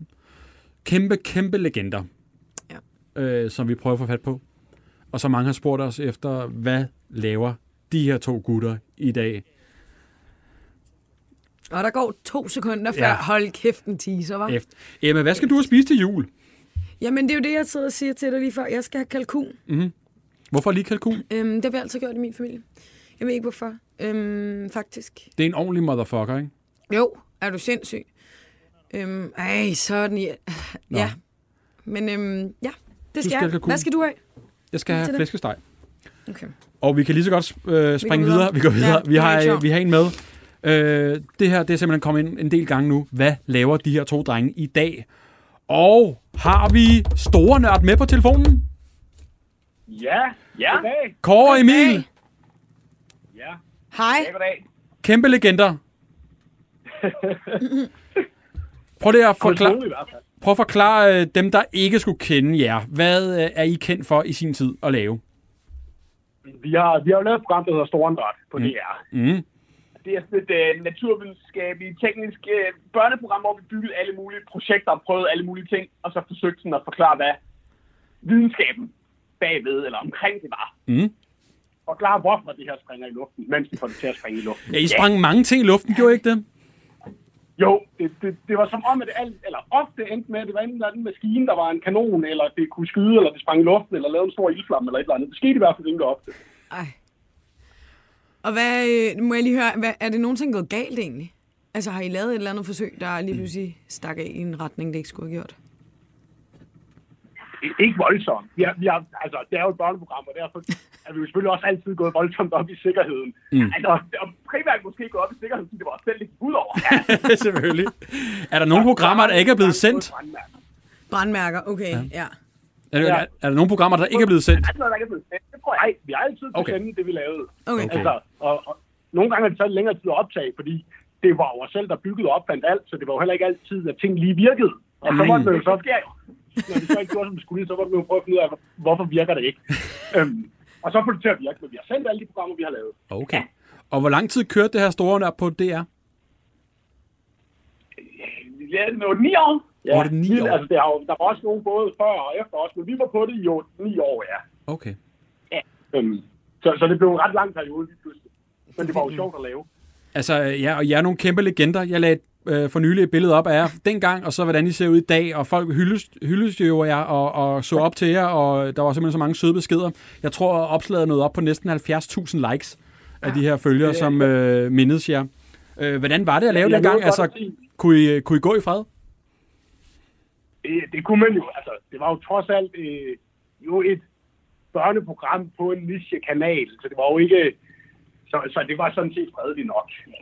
D: Kæmpe, kæmpe legender, ja. øh, som vi prøver at få fat på. Og så mange har spurgt os efter, hvad laver de her to gutter i dag?
C: Og der går to sekunder før.
D: Ja.
C: Ja. Hold kæft en teaser, var.
D: Efter. Emma, hvad skal du have spist til jul?
C: Jamen, det er jo det, jeg sidder og siger til dig lige før. Jeg skal have kalkun.
D: Hvorfor lige kalkun?
C: Øhm, det har vi altid gjort i min familie. Jeg ved ikke, hvorfor. Øhm, faktisk.
D: Det er en ordentlig motherfucker, ikke?
C: Jo, er du sindssyg? Øhm, ej, sådan. Ja. ja. Men øhm, ja, det skal,
D: skal
C: skal jeg.
D: kalkun.
C: Hvad skal du have?
D: Jeg skal have
C: Til det.
D: flæskesteg.
C: Okay.
D: Og vi kan lige så godt øh, springe vi
C: videre.
D: videre. Vi går videre.
C: Ja,
D: vi, har,
C: det er
D: øh,
C: sjovt.
D: vi har en med. Øh, det her det er simpelthen kommet ind en del gange nu. Hvad laver de her to drenge i dag? Og har vi store nørd med på telefonen?
H: Ja, ja. Goddag.
D: Kåre og Emil,
H: Ja,
C: Hej.
H: goddag.
D: kæmpe legender. Prøv lige at forklare,
H: Utrolig i hvert fald.
D: prøv at forklare øh, dem, der ikke skulle kende jer. Hvad øh, er I kendt for i sin tid at lave?
H: Vi har, vi har jo lavet et program, der hedder Store Nørd på DR.
D: Mm.
H: Det er sådan et uh, naturvidenskabeligt, teknisk uh, børneprogram, hvor vi byggede alle mulige projekter og prøvede alle mulige ting, og så forsøgte sådan at forklare, hvad videnskaben bagved eller omkring det var.
D: Mm.
H: Forklare, hvorfor det her springer i luften, mens vi får det til at springe i luften.
D: Ja, I sprang mange ting i luften, gjorde I ikke det?
H: Jo, det, det, det var som om, at det alt, eller ofte endte med, at det var enten en maskine, der var en kanon, eller det kunne skyde, eller det sprang i luften, eller lavede en stor ildflamme, eller et eller andet. Det skete i hvert fald rimelig ofte.
C: Ej. Og hvad, øh, må jeg lige høre, hvad, er det nogensinde gået galt egentlig? Altså har I lavet et eller andet forsøg, der lige pludselig stak af i en retning, det ikke skulle have gjort?
H: ikke voldsomt. Vi har, vi har, altså, det er jo et børneprogram, og derfor er vi jo selvfølgelig også altid gået voldsomt op i sikkerheden. Mm. Altså, og primært måske gået op i sikkerheden, fordi det var os selv lidt ud over. Ja, Altså,
D: Selvfølgelig. Er der nogle programmer, der ikke er blevet sendt?
H: brandmand.
C: Brandmærker, okay, ja. ja.
D: Er, ja. er, er der nogle programmer, der ikke er blevet sendt?
H: Altså, der er ikke blevet sendt. Det tror jeg ikke. Vi har altid
D: Okay.
H: okay. sendt det, vi lavede.
C: Okay.
D: Okay.
H: Altså, og, og, nogle gange har det taget længere tid at optage, fordi det var jo os selv, der byggede og opfandt alt, så det var jo heller ikke altid, at ting lige virkede. Og så var det jo så, når vi så ikke gjorde, som vi skulle, så var det jo prøve at finde ud af, hvorfor virker det ikke. øhm, og så får det til at virke, men vi har sendt alle de programmer, vi har lavet.
D: Okay. Og hvor lang tid kørte det her store op på DR?
H: Vi lavede noget 9 år. Ja,
D: Var det ni
H: vi-
D: år?
H: Altså, der, har, jo- der var også nogen både før og efter os, men vi var på det i 9 år, ja.
D: Okay.
H: Øhm, så, så det blev en ret lang periode lige pludselig. Men det var jo sjovt at lave.
D: Altså, ja, og jeg er nogle kæmpe legender. Jeg lagde øh, for nylig et billede op af jer dengang, og så hvordan I ser ud i dag, og folk hyldes, hyldes jo jer og, og så op til jer, og der var simpelthen så mange søde beskeder. Jeg tror, at opslaget nåede op på næsten 70.000 likes af de her følgere, som øh, mindes jer. Øh, hvordan var det at lave
H: Jeg
D: den gang?
H: nåede godt
D: Altså,
H: at sige-
D: kunne I, kunne I gå i fred?
H: det, det kunne man jo. Altså, det var jo trods alt øh, jo et børneprogram på en niche-kanal, så det var jo ikke... Så, så det var sådan set fredeligt nok. Ja.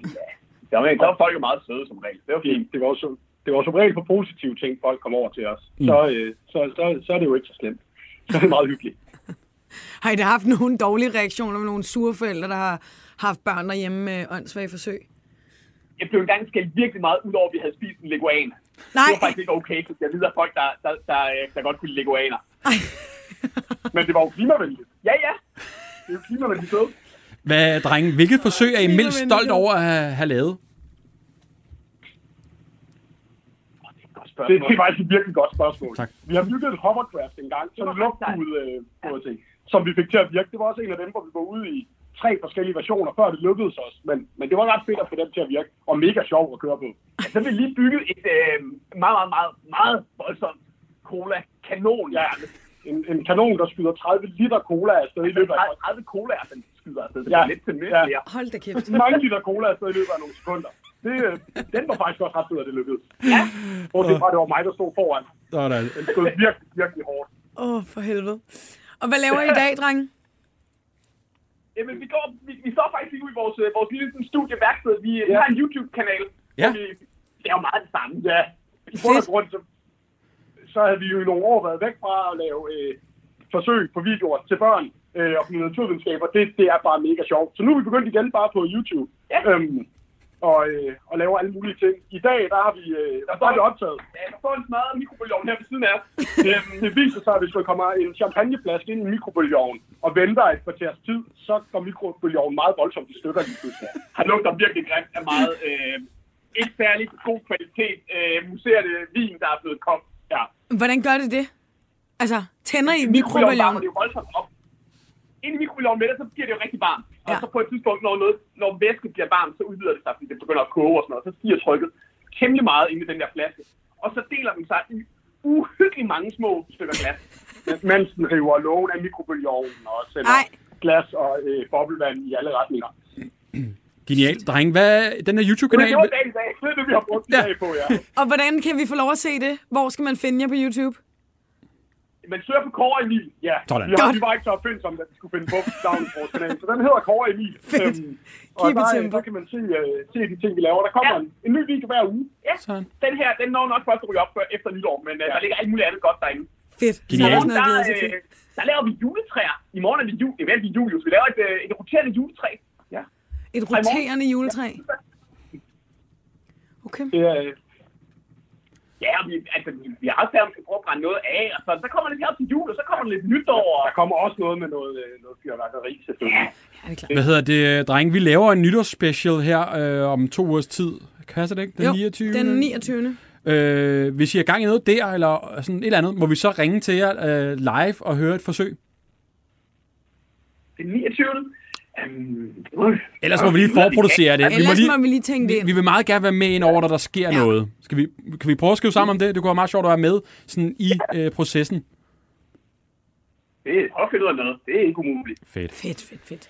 H: Der, var, der var folk jo meget søde som regel. Det var fint. Det var, så, det var som regel for positive ting, folk kom over til os. Mm. Så, øh, så, så, så er det jo ikke så slemt. Så er det meget hyggeligt.
C: Har I da haft nogle dårlige reaktioner med nogle sure forældre, der har haft børn derhjemme med åndssvage forsøg?
H: Jeg blev engang skældt virkelig meget ud over, at vi havde spist en leguan.
C: Nej.
H: Det var faktisk ikke okay, så jeg lider af folk, der, der, der, øh, der godt kunne lide leguaner.
C: Ej.
H: Men det var jo klimavenligt. Ja, ja. Det er jo klimavenligt sød.
D: Hvad, drenge, hvilket forsøg er I mindst stolt over at have- have lavet?
H: Det, det er faktisk et virkelig godt spørgsmål.
D: Tak.
H: Vi har bygget et hovercraft engang, som lugtede øh, på at se, som vi fik til at virke. Det var også en af dem, hvor vi var ude i tre forskellige versioner, før det lykkedes os. Men, men det var ret fedt at få dem til at virke, og mega sjov at køre på. Ja, så har vi lige bygget et øh, meget, meget, meget, meget voldsomt cola-kanon. Ja, en, en kanon, der skyder 30 liter cola afsted i løbet af... 30 cola, altså, den skyder afsted. Det ja, lidt til mere. Ja.
C: Hold da kæft.
H: Mange liter cola afsted i løbet af nogle sekunder. Det, øh, den var faktisk også ret fed, at det lykkedes. Ja. Bortset fra, at det var mig, der stod foran.
D: Sådan.
H: Den skød virkelig, virkelig hårdt.
C: Åh, oh, for helvede. Og hvad laver I i dag, drenge?
H: Jamen, vi, går, vi, vi står faktisk lige ude i vores, øh, vores lille sådan, studieværksted. Vi, ja. vi har en YouTube-kanal.
D: Ja.
H: hvor Vi, det er jo meget det samme. Ja. I bund og
C: Fedt.
H: grund, så, så havde vi jo i nogle år været væk fra at lave øh, forsøg på videoer til børn øh, og på naturvidenskaber. Det, det er bare mega sjovt. Så nu er vi begyndt igen bare på YouTube. Ja. Øhm, og, øh, og laver alle mulige ting. I dag, der har vi øh, der, der er det optaget. Ja, der står en smadret mikrobølgeovn her ved siden af. det, det viser sig, at hvis der kommer en champagneflaske ind i mikrobølgeovnen og venter et kvarters tid, så går mikrobølgeovnen meget voldsomt i stykker lige pludselig. Han lugter virkelig grimt af meget øh, ikke særlig god kvalitet øh, muserende vin, der er blevet kogt. Ja.
C: Hvordan gør det det? Altså, tænder I
H: Mikrobølgeovnen varmer det
C: mikrobølgen?
H: jo voldsomt op. Ind i mikrobølgeovnen med det, så bliver det jo rigtig varmt. Og
C: Ja.
H: så på et tidspunkt, når, noget, når væske bliver varmt, så udvider det sig, fordi det begynder at koge og sådan noget. Så stiger trykket temmelig meget ind i den der flaske. Og så deler den sig i uhyggelig mange små stykker glas. Mens den river lågen af mikrobølgeovnen og sender
C: Ej.
H: glas og øh, boblevand i alle retninger.
D: Genialt, drenge. Hvad, den her
H: Men det var
D: YouTube-kanal...
H: dagens dag. Det er det, vi har brugt i
D: Ja.
H: dag på, ja.
C: Og hvordan kan vi få lov at se det? Hvor skal man finde jer på YouTube?
H: Men søger på Kåre Emil. Ja,
D: Sådan.
H: Vi, har,
C: Godt.
H: vi var ikke så opfindsomme, at vi skulle finde på navnet på vores kanal. Så den hedder Kåre Emil. Øhm,
C: Fedt.
H: og
C: Keep it
H: der, øh,
C: simple.
H: der, kan man se, øh, se de ting, vi laver. Der kommer ja. en, en, ny video hver uge. Ja,
D: Sådan.
H: den her, den når nok først at ryge op før, efter nytår, men øh, ja. der ligger alt muligt andet godt derinde.
C: Fedt.
D: Genialt.
C: Så er der sådan noget at
H: der,
C: glæde sig til.
H: øh, der laver vi juletræer. I morgen er vi jul. Det er vel, vi er jul, jo. Så vi laver et, øh, et roterende juletræ. Ja.
C: Et roterende juletræ. Okay.
H: Det, er, øh, Ja, og vi, altså, vi- vi har også sagt, at vi skal prøve at brænde noget af, og så, så kommer det lidt her til jul, og så kommer der lidt nytår. Og... Der kommer også noget med noget, øh, noget fyrværkeri, selvfølgelig. Ja.
C: Ja, det er klart.
D: Hvad hedder det, drenge? Vi laver en nytårsspecial her øh, om to ugers tid. Kan jeg så det ikke? Den
C: Jo,
D: 29.
C: den 29.
D: Øh, hvis I har gang i noget der, eller sådan et eller andet, må vi så ringe til jer øh, live og høre et forsøg?
H: Den 29. Øhm, det var-
D: Ellers må vi lige forproducere det. Vi, må
C: Ellers
D: lige,
C: må vi lige tænke det
D: vi, vi
C: ind.
D: vil meget gerne være med ind over, når der sker ja. noget. Skal vi, kan vi prøve at skrive sammen om det? Det kunne være meget sjovt at være med sådan i øh, processen.
H: Det er også noget noget. Det er ikke umuligt.
D: Fedt.
C: Fedt, fedt, fedt.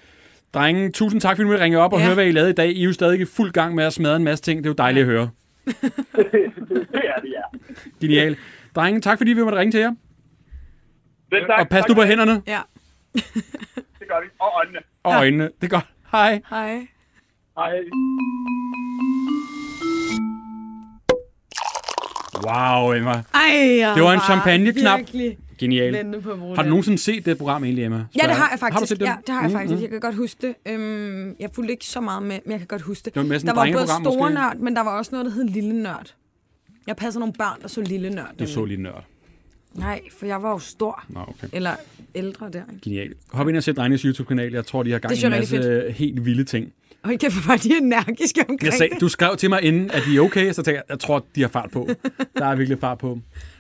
D: Drenge, tusind tak, fordi I ringede op og ja.
C: Ja.
D: høre, hvad I lavede i dag. I er jo stadig i fuld gang med at smadre en masse ting. Det er jo dejligt at høre.
H: Det er det, ja.
D: Genialt. Drenge, tak fordi vi måtte ringe til jer.
H: Men tak,
D: Og pas nu på hænderne
C: Ja,
H: Det gør vi. Og åndene.
D: og øjnene. Det er godt. Hej.
C: hej.
H: Hej.
D: Wow, Emma.
C: Ej, jeg
D: Det var en
C: bare
D: champagneknap.
C: Virkelig.
D: Genial.
I: Vente på at bruge
D: Har du
I: den.
D: nogensinde set det program egentlig, Emma?
C: øh, Ja, det
D: Spørger
C: har jeg faktisk.
D: Har du set det?
C: Ja, det har jeg
D: Mm,
C: faktisk.
D: mm.
C: Jeg kan godt huske det. Øhm, jeg fulgte ikke så meget med, men jeg kan godt huske det.
D: Det var mere sådan
C: der
D: et
C: var både
D: drengeprogram,
C: store
D: måske?
C: nørd, men der var også noget, der hed lille nørd. Jeg passede nogle børn, der så lille nørd.
D: Du så lige nørd.
C: Nej, for jeg var jo stor.
D: Nå, okay.
C: Eller ældre der. ikke?
D: Genialt. Hop ind og se drengenes YouTube-kanal. Jeg tror, de har gang
C: Det
D: i en
C: synes jeg er
D: masse
C: rigtig
D: øh, helt vilde ting.
C: Hold kæft, hvor var de energiske omkring
D: Jeg sagde,
C: det.
D: du skrev til mig inden, at de er okay, så tænkte jeg, jeg tror, de har fart på. Der er virkelig fart på.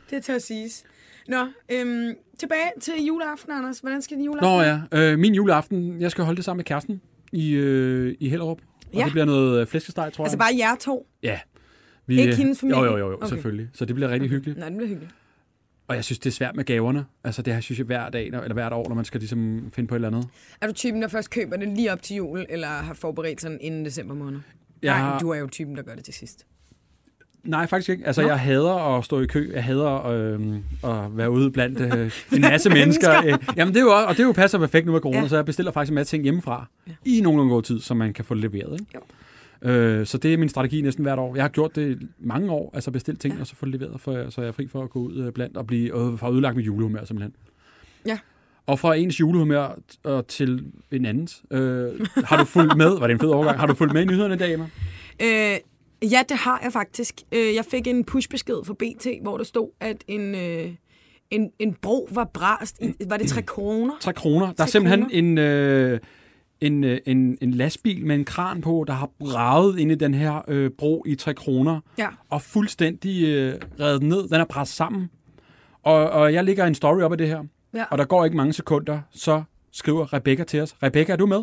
C: Det er til at siges. Nå, øhm, tilbage til juleaften, Anders. Hvordan skal den juleaften?
D: Nå ja, øh, min juleaften, jeg skal holde det sammen med kæresten i, øh, i Hellerup. Og
C: Ja.
D: det bliver noget øh, flæskesteg, tror
C: Altså
D: jeg.
C: bare jer to.
D: Ja. Vi, øh,
C: Ikke hendes familie?
D: Jo, jo, jo, jo okay.
C: Okay.
D: selvfølgelig. Så det bliver rigtig hyggeligt.
C: Nej, det bliver hyggeligt.
D: Og jeg synes, det er svært med gaverne. Altså det her synes jeg hver dag, når- eller hvert år, når man skal ligesom finde på et eller andet.
C: Er du typen, der først køber det lige op til jul, eller har forberedt sådan inden december måned?
D: Jeg
C: Nej,
D: har-
C: du er jo typen, der gør det til sidst.
D: Nej, faktisk ikke. Altså, jeg hader at stå i kø. Jeg hader øh, at være ude blandt øh, en masse mennesker. Øh, jamen, det er jo, også- og det er jo passer perfekt nu med corona, ja.
C: Ja.
D: så jeg bestiller faktisk en masse ting hjemmefra ja. i nogenlunde god tid, som man kan få det leveret. Ikke? Øh, så det er min strategi næsten hvert år. Jeg har gjort det mange år, altså bestilt ting, ja. og så få det leveret, for, så jeg er fri for at gå ud øh, blandt og blive øh, for ødelagt med julehumør simpelthen.
C: Ja.
D: Og fra ens julehumør t- og til en andens. Øh, har du fulgt med? Var det en fed overgang? Har du fulgt med i nyhederne i dag, Emma?
C: Øh, ja, det har jeg faktisk. Øh, jeg fik en pushbesked fra BT, hvor der stod, at en, øh, en, en bro var brast. I, var det tre kroner?
D: 3 kroner. Der er
C: Tre
D: simpelthen
C: kroner.
D: en, øh, en, øh, en, en lastbil med en kran på, der har braget ind i den her øh, bro i 3 kroner,
C: Ja.
D: og fuldstændig øh, reddet den ned. Den er presset sammen. Og, og jeg lægger en story op af det her,
C: Ja.
D: og der går ikke mange sekunder, så skriver Rebecca til os. Rebecca, er du med?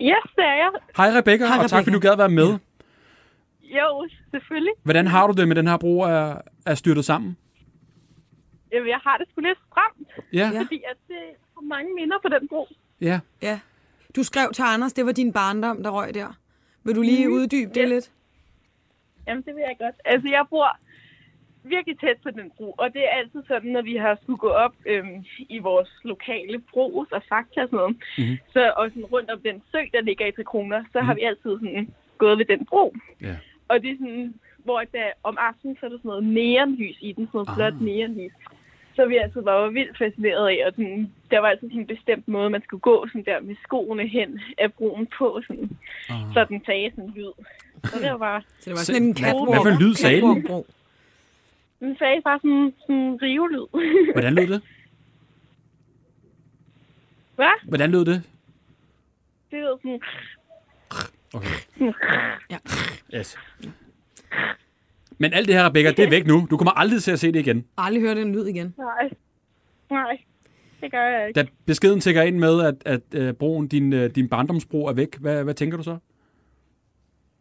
H: Yes, det er jeg.
D: Hej Rebecca, Hej,
C: Hej,
D: og tak fordi du
C: Rebecca.
D: gad være med.
H: Jo, selvfølgelig.
D: Hvordan har du det med den her bro er, er styrtet sammen?
H: Jamen, jeg har det sgu lidt stramt,
D: Ja,
C: Ja.
D: ja.
H: fordi at det er for mange minder på den bro.
D: ja.
C: ja. Du skrev til Anders, det var din barndom, der røg der. Vil du lige uddybe det
H: Ja.
C: lidt?
H: Jamen, det vil jeg godt. Altså, jeg bor virkelig tæt på den bro, og det er altid sådan, når vi har skulle gå op øhm, i vores lokale bro og fakta og sådan noget, mm-hmm. så, og sådan rundt om den sø, der ligger i Tre Kroner, så mm-hmm. har vi altid sådan gået ved den bro.
D: Ja.
H: Og det er sådan, hvor der, om aftenen, så er der sådan noget neonlys i den, sådan noget flot neonlys. Så vi altid bare var vildt fascineret af, og sådan, der var altid sådan en bestemt måde, man skulle gå sådan der med skoene hen af broen på, sådan,
D: Ah.
H: så den sagde sådan en lyd. Så det var bare
C: Så det var
D: Så-
C: sådan en
D: Hvad-
C: catwalk.
D: hvad for en lyd sagde den?
C: catwalk-bro.
H: Den sagde bare sådan, sådan en rivelyd.
D: Hvordan lød det?
H: Hvad?
D: Hvordan lød det?
H: Det lød sådan...
D: Okay. Ja. Yes. Men alt det her, Rebecca, det er væk nu. Du kommer aldrig til at se det igen.
C: Aldrig hørt den lyd igen.
H: Nej. Nej. Det gør jeg ikke.
D: Da beskeden tækker ind med, at, at øh, broen, din, øh, din barndomsbro er væk, hvad, hvad tænker du så?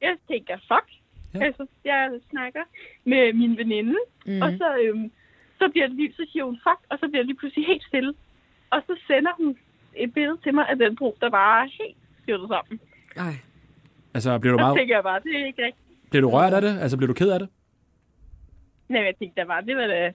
H: Jeg tænker, fuck.
D: Ja.
H: Ja. Altså, jeg snakker med min veninde, mm. og så, øhm, så bliver det lige, så siger hun fuck, og så bliver det lige pludselig helt stille. Og så sender hun et billede til mig af den bro, der bare er helt styrtet sammen.
C: Ej.
D: Altså, bliver du,
H: Så
D: meget,
H: tænker jeg bare, det er ikke rigtigt.
D: bliver du rørt af det? Altså, bliver du ked af det?
H: Nej, men jeg tænkte, der var, det var da...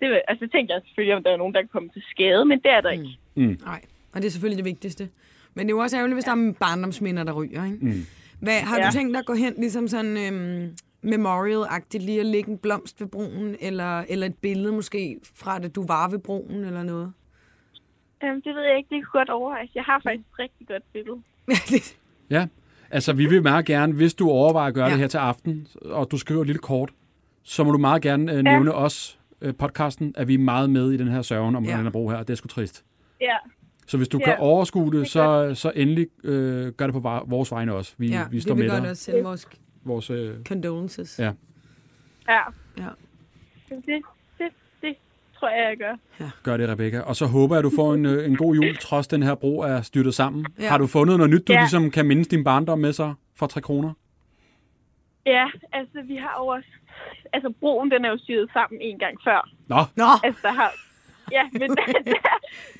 H: Det var, altså, tænkte jeg selvfølgelig, om der var nogen, der kom til skade, men det er der mm. ikke.
C: Nej, og det er selvfølgelig det vigtigste. Men det er jo også ærgerligt, hvis der er barndomsminder, der ryger, ikke? Mm. Hvad, har ja.
H: Ja.
C: du tænkt dig at gå hen ligesom sådan øhm, memorial-agtigt, lige at lægge en blomst ved broen, eller, eller et billede måske fra, da du var ved broen, eller noget?
H: Øhm, det ved jeg ikke, det kunne godt overvejes. Jeg har faktisk et rigtig godt billede.
C: Det-
D: Ja. Altså, vi vil meget gerne, hvis du overvejer at gøre ja.
C: Ja.
D: det her til aften, og du skriver et lille kort, så må du meget gerne øh, nævne os, øh, podcasten, at vi er meget med i den her sørgen om
C: Ja.
D: ja. den her bro her, og det er sgu trist.
H: Ja,
D: Så hvis du ja.
H: Ja.
D: kan overskue det,
H: Det
D: så, så endelig øh, gør det på var- vores vegne også. Vi, ja, vi står
C: vi
D: med
C: vil godt
D: dig.
C: også sende vores
D: Vores, øh,
C: condolences.
D: Ja.
C: Ja.
H: ja.
C: ja.
H: Men Det, det, det tror jeg, jeg gør.
D: Gør det, Rebecca. Og så håber jeg, at du får en, øh, en god jul, trods den her bro er styrtet sammen. Ja.
C: Ja.
D: Har du fundet noget nyt, du ja.
H: Ja.
D: ligesom kan mindes din barndom med sig for 3 kroner?
H: Ja, altså vi har jo også... Altså broen, den er jo syret sammen en gang før.
D: Nå,
C: Nå,
H: Altså der har... Ja, men der, der,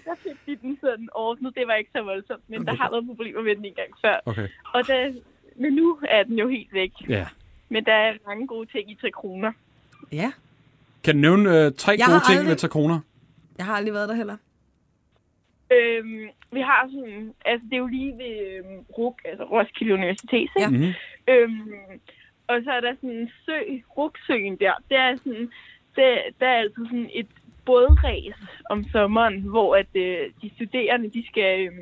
H: der fik de den sådan ordnet. Det var ikke så voldsomt, men okay. der har været problemer med den en gang før.
D: okay.
H: Og der, men nu er den jo helt væk.
D: Ja.
H: Men der er mange gode ting i 3 kroner.
C: ja.
D: Kan du nævne øh, tre
C: Jeg
D: gode
C: har
D: ting
C: aldrig-
D: ved 3 kroner?
C: Jeg har aldrig været der heller.
H: Øhm, vi har sådan... Altså det er jo lige ved øhm, RUK, altså Roskilde Universitet, ikke?
C: Ja.
D: Mm-hmm.
H: Øhm, og så er der sådan en sø, Rugsøen der. Det er sådan, det, der er altid sådan et bådræs om sommeren, hvor at, øh, de studerende, de skal, øh,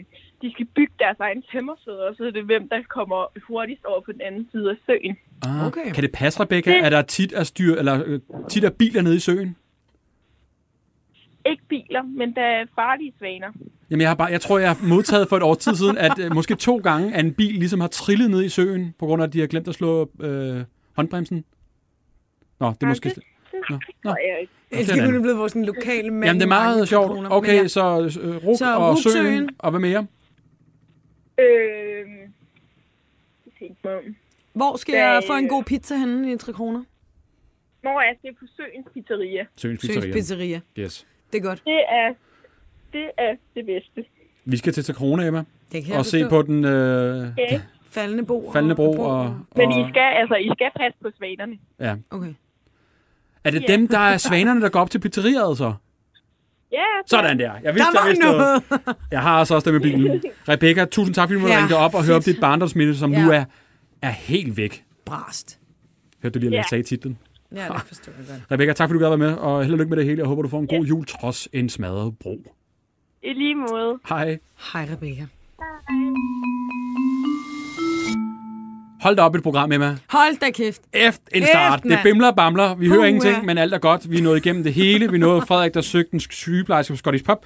H: de skal bygge deres egen tømmerflåde, og så er det hvem, der kommer hurtigst over på den anden side af søen.
D: Ah,
C: Okay.
D: Kan det passe, Rebecca, at der tit er, styr, eller, øh, tit er biler nede i søen?
H: Ikke biler, men der er farlige svaner.
D: Jamen, jeg, har bare, jeg tror, jeg har modtaget for et års tid siden, at øh, måske to gange, at en bil ligesom har trillet ned i søen, på grund af, at de har glemt at slå øh, håndbremsen. Nå, det er måske...
H: det- Det
D: Nå, nå.
H: tror jeg ikke.
D: er
J: Elsker,
D: den.
J: hun er blevet vores sådan lokale mand.
D: Jamen, det er meget sjovt. Okay,
C: ja.
D: så øh, Ruk
C: Så
D: og
C: Ruk-søen.
D: Søen, og hvad mere?
H: Øh, jeg tænkte mig om.
C: Hvor skal
H: Da,
C: jeg få en
H: øh,
C: god pizza henne i 3 kroner?
H: Nå, altså, det er på Søens Pizzeria.
D: Søens
C: Søens Pizzeria.
D: Yes.
C: Det er godt.
H: Det er det, er det bedste.
D: Vi skal til Takrona, Emma,
C: Det kan jeg
D: og se
C: forstå.
D: på den øh,
H: Okay?
C: Faldende bro. og-
D: faldende bro.
C: og-
D: Og,
H: Men
D: og,
H: I skal, altså, I skal passe på svanerne.
D: ja.
C: Okay.
D: Er det
H: Ja.
D: dem, der er svanerne, der går op til pizzeriet, så?
H: Ja, det-
D: Sådan der. Jeg vidste,
C: Der var
D: jeg vidste
C: noget.
D: Jeg har altså også det med bilen. Rebecca, tusind tak, fordi du ja,
C: Ja,
D: ringte op og
C: fedt.
D: hørte om dit barndomsminde, som ja. nu
C: Ja.
D: er, er helt væk.
C: Brast.
D: Hørte du lige, at jeg
H: Ja.
D: sagde titlen?
C: Ja, det forstår jeg godt.
D: Rebecca, tak fordi du gad at være med, og held og lykke med det hele. Jeg håber, du får en god jul, trods en smadret bro.
H: I lige måde.
D: Hej.
C: Hej, Rebecca.
D: Hold da op et program, Emma.
C: Hold da kæft.
D: Efter en start.
C: Kæft,
D: det
C: mand.
D: bimler og bamler. Vi hører
C: Puha.
D: ingenting, men alt er godt. Vi er nået igennem det hele. Vi nåede Frederik, der søgte en sygeplejerske på Scottish Pop.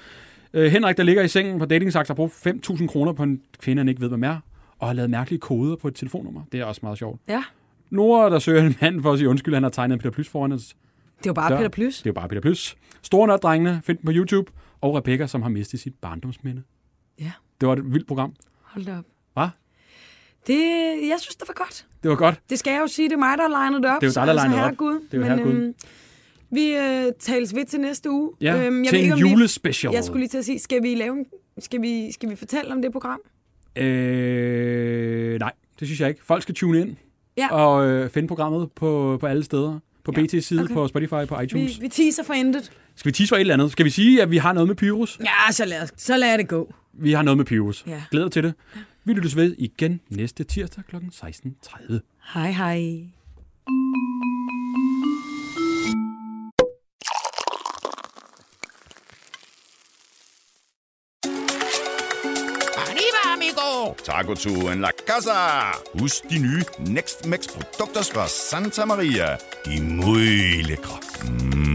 D: Øh, Henrik, der ligger i sengen på datingsaks og brugt 5.000 kroner på en kvinde, han ikke ved, hvad med er, og har lavet mærkelige koder på et telefonnummer. Det er også meget sjovt.
C: Ja.
D: Nora, der søger en mand for at sige undskyld, han har tegnet en Peter Plys foran hans
C: Det var bare
D: dør.
C: Peter Plys.
D: Det er jo bare Peter Plys. Store Nørd-drengene, find dem på YouTube. Og Rebecca, som har mistet sit barndomsminde.
C: Ja.
D: Det var et vildt program.
C: Hold da op.
D: Hva?
C: Det, jeg synes, det var godt.
D: Det var godt.
C: Det skal jeg jo sige, det er mig, der har legnet det op. altså,
D: Det er jo dig, der har legnet det op. Det er jo
C: men,
D: herregud.
C: Øhm, vi øh, tales ved til næste uge.
D: Ja, øhm,
C: jeg
D: til
C: ved
D: en
C: om vi-
D: julespecial.
C: Jeg skulle lige til at sige, skal vi, lave en, skal, vi, skal vi fortælle om det program?
D: Øh, nej, det synes jeg ikke. Folk skal tune ind
C: Ja.
D: og øh, finde programmet på, på alle steder. På ja. BT's side, okay.
C: okay.
D: på Spotify, på iTunes.
C: Vi,
D: Vi...
C: vi teaser for intet.
D: Skal vi tease for et eller andet? Skal vi sige, at vi har noget med Pyrus?
C: Ja, så lad, så lad det gå.
D: Vi har noget med Pyrus.
C: Ja.
D: Glæder dig til det. Vi lyttes ved igen næste tirsdag kl. 16.30.
C: Hej hej.
K: Arriba, amigo!
B: Tacoturen La Casa. Husk de nye Next Max produkter fra Santa Maria. De er muy lækre. Mm.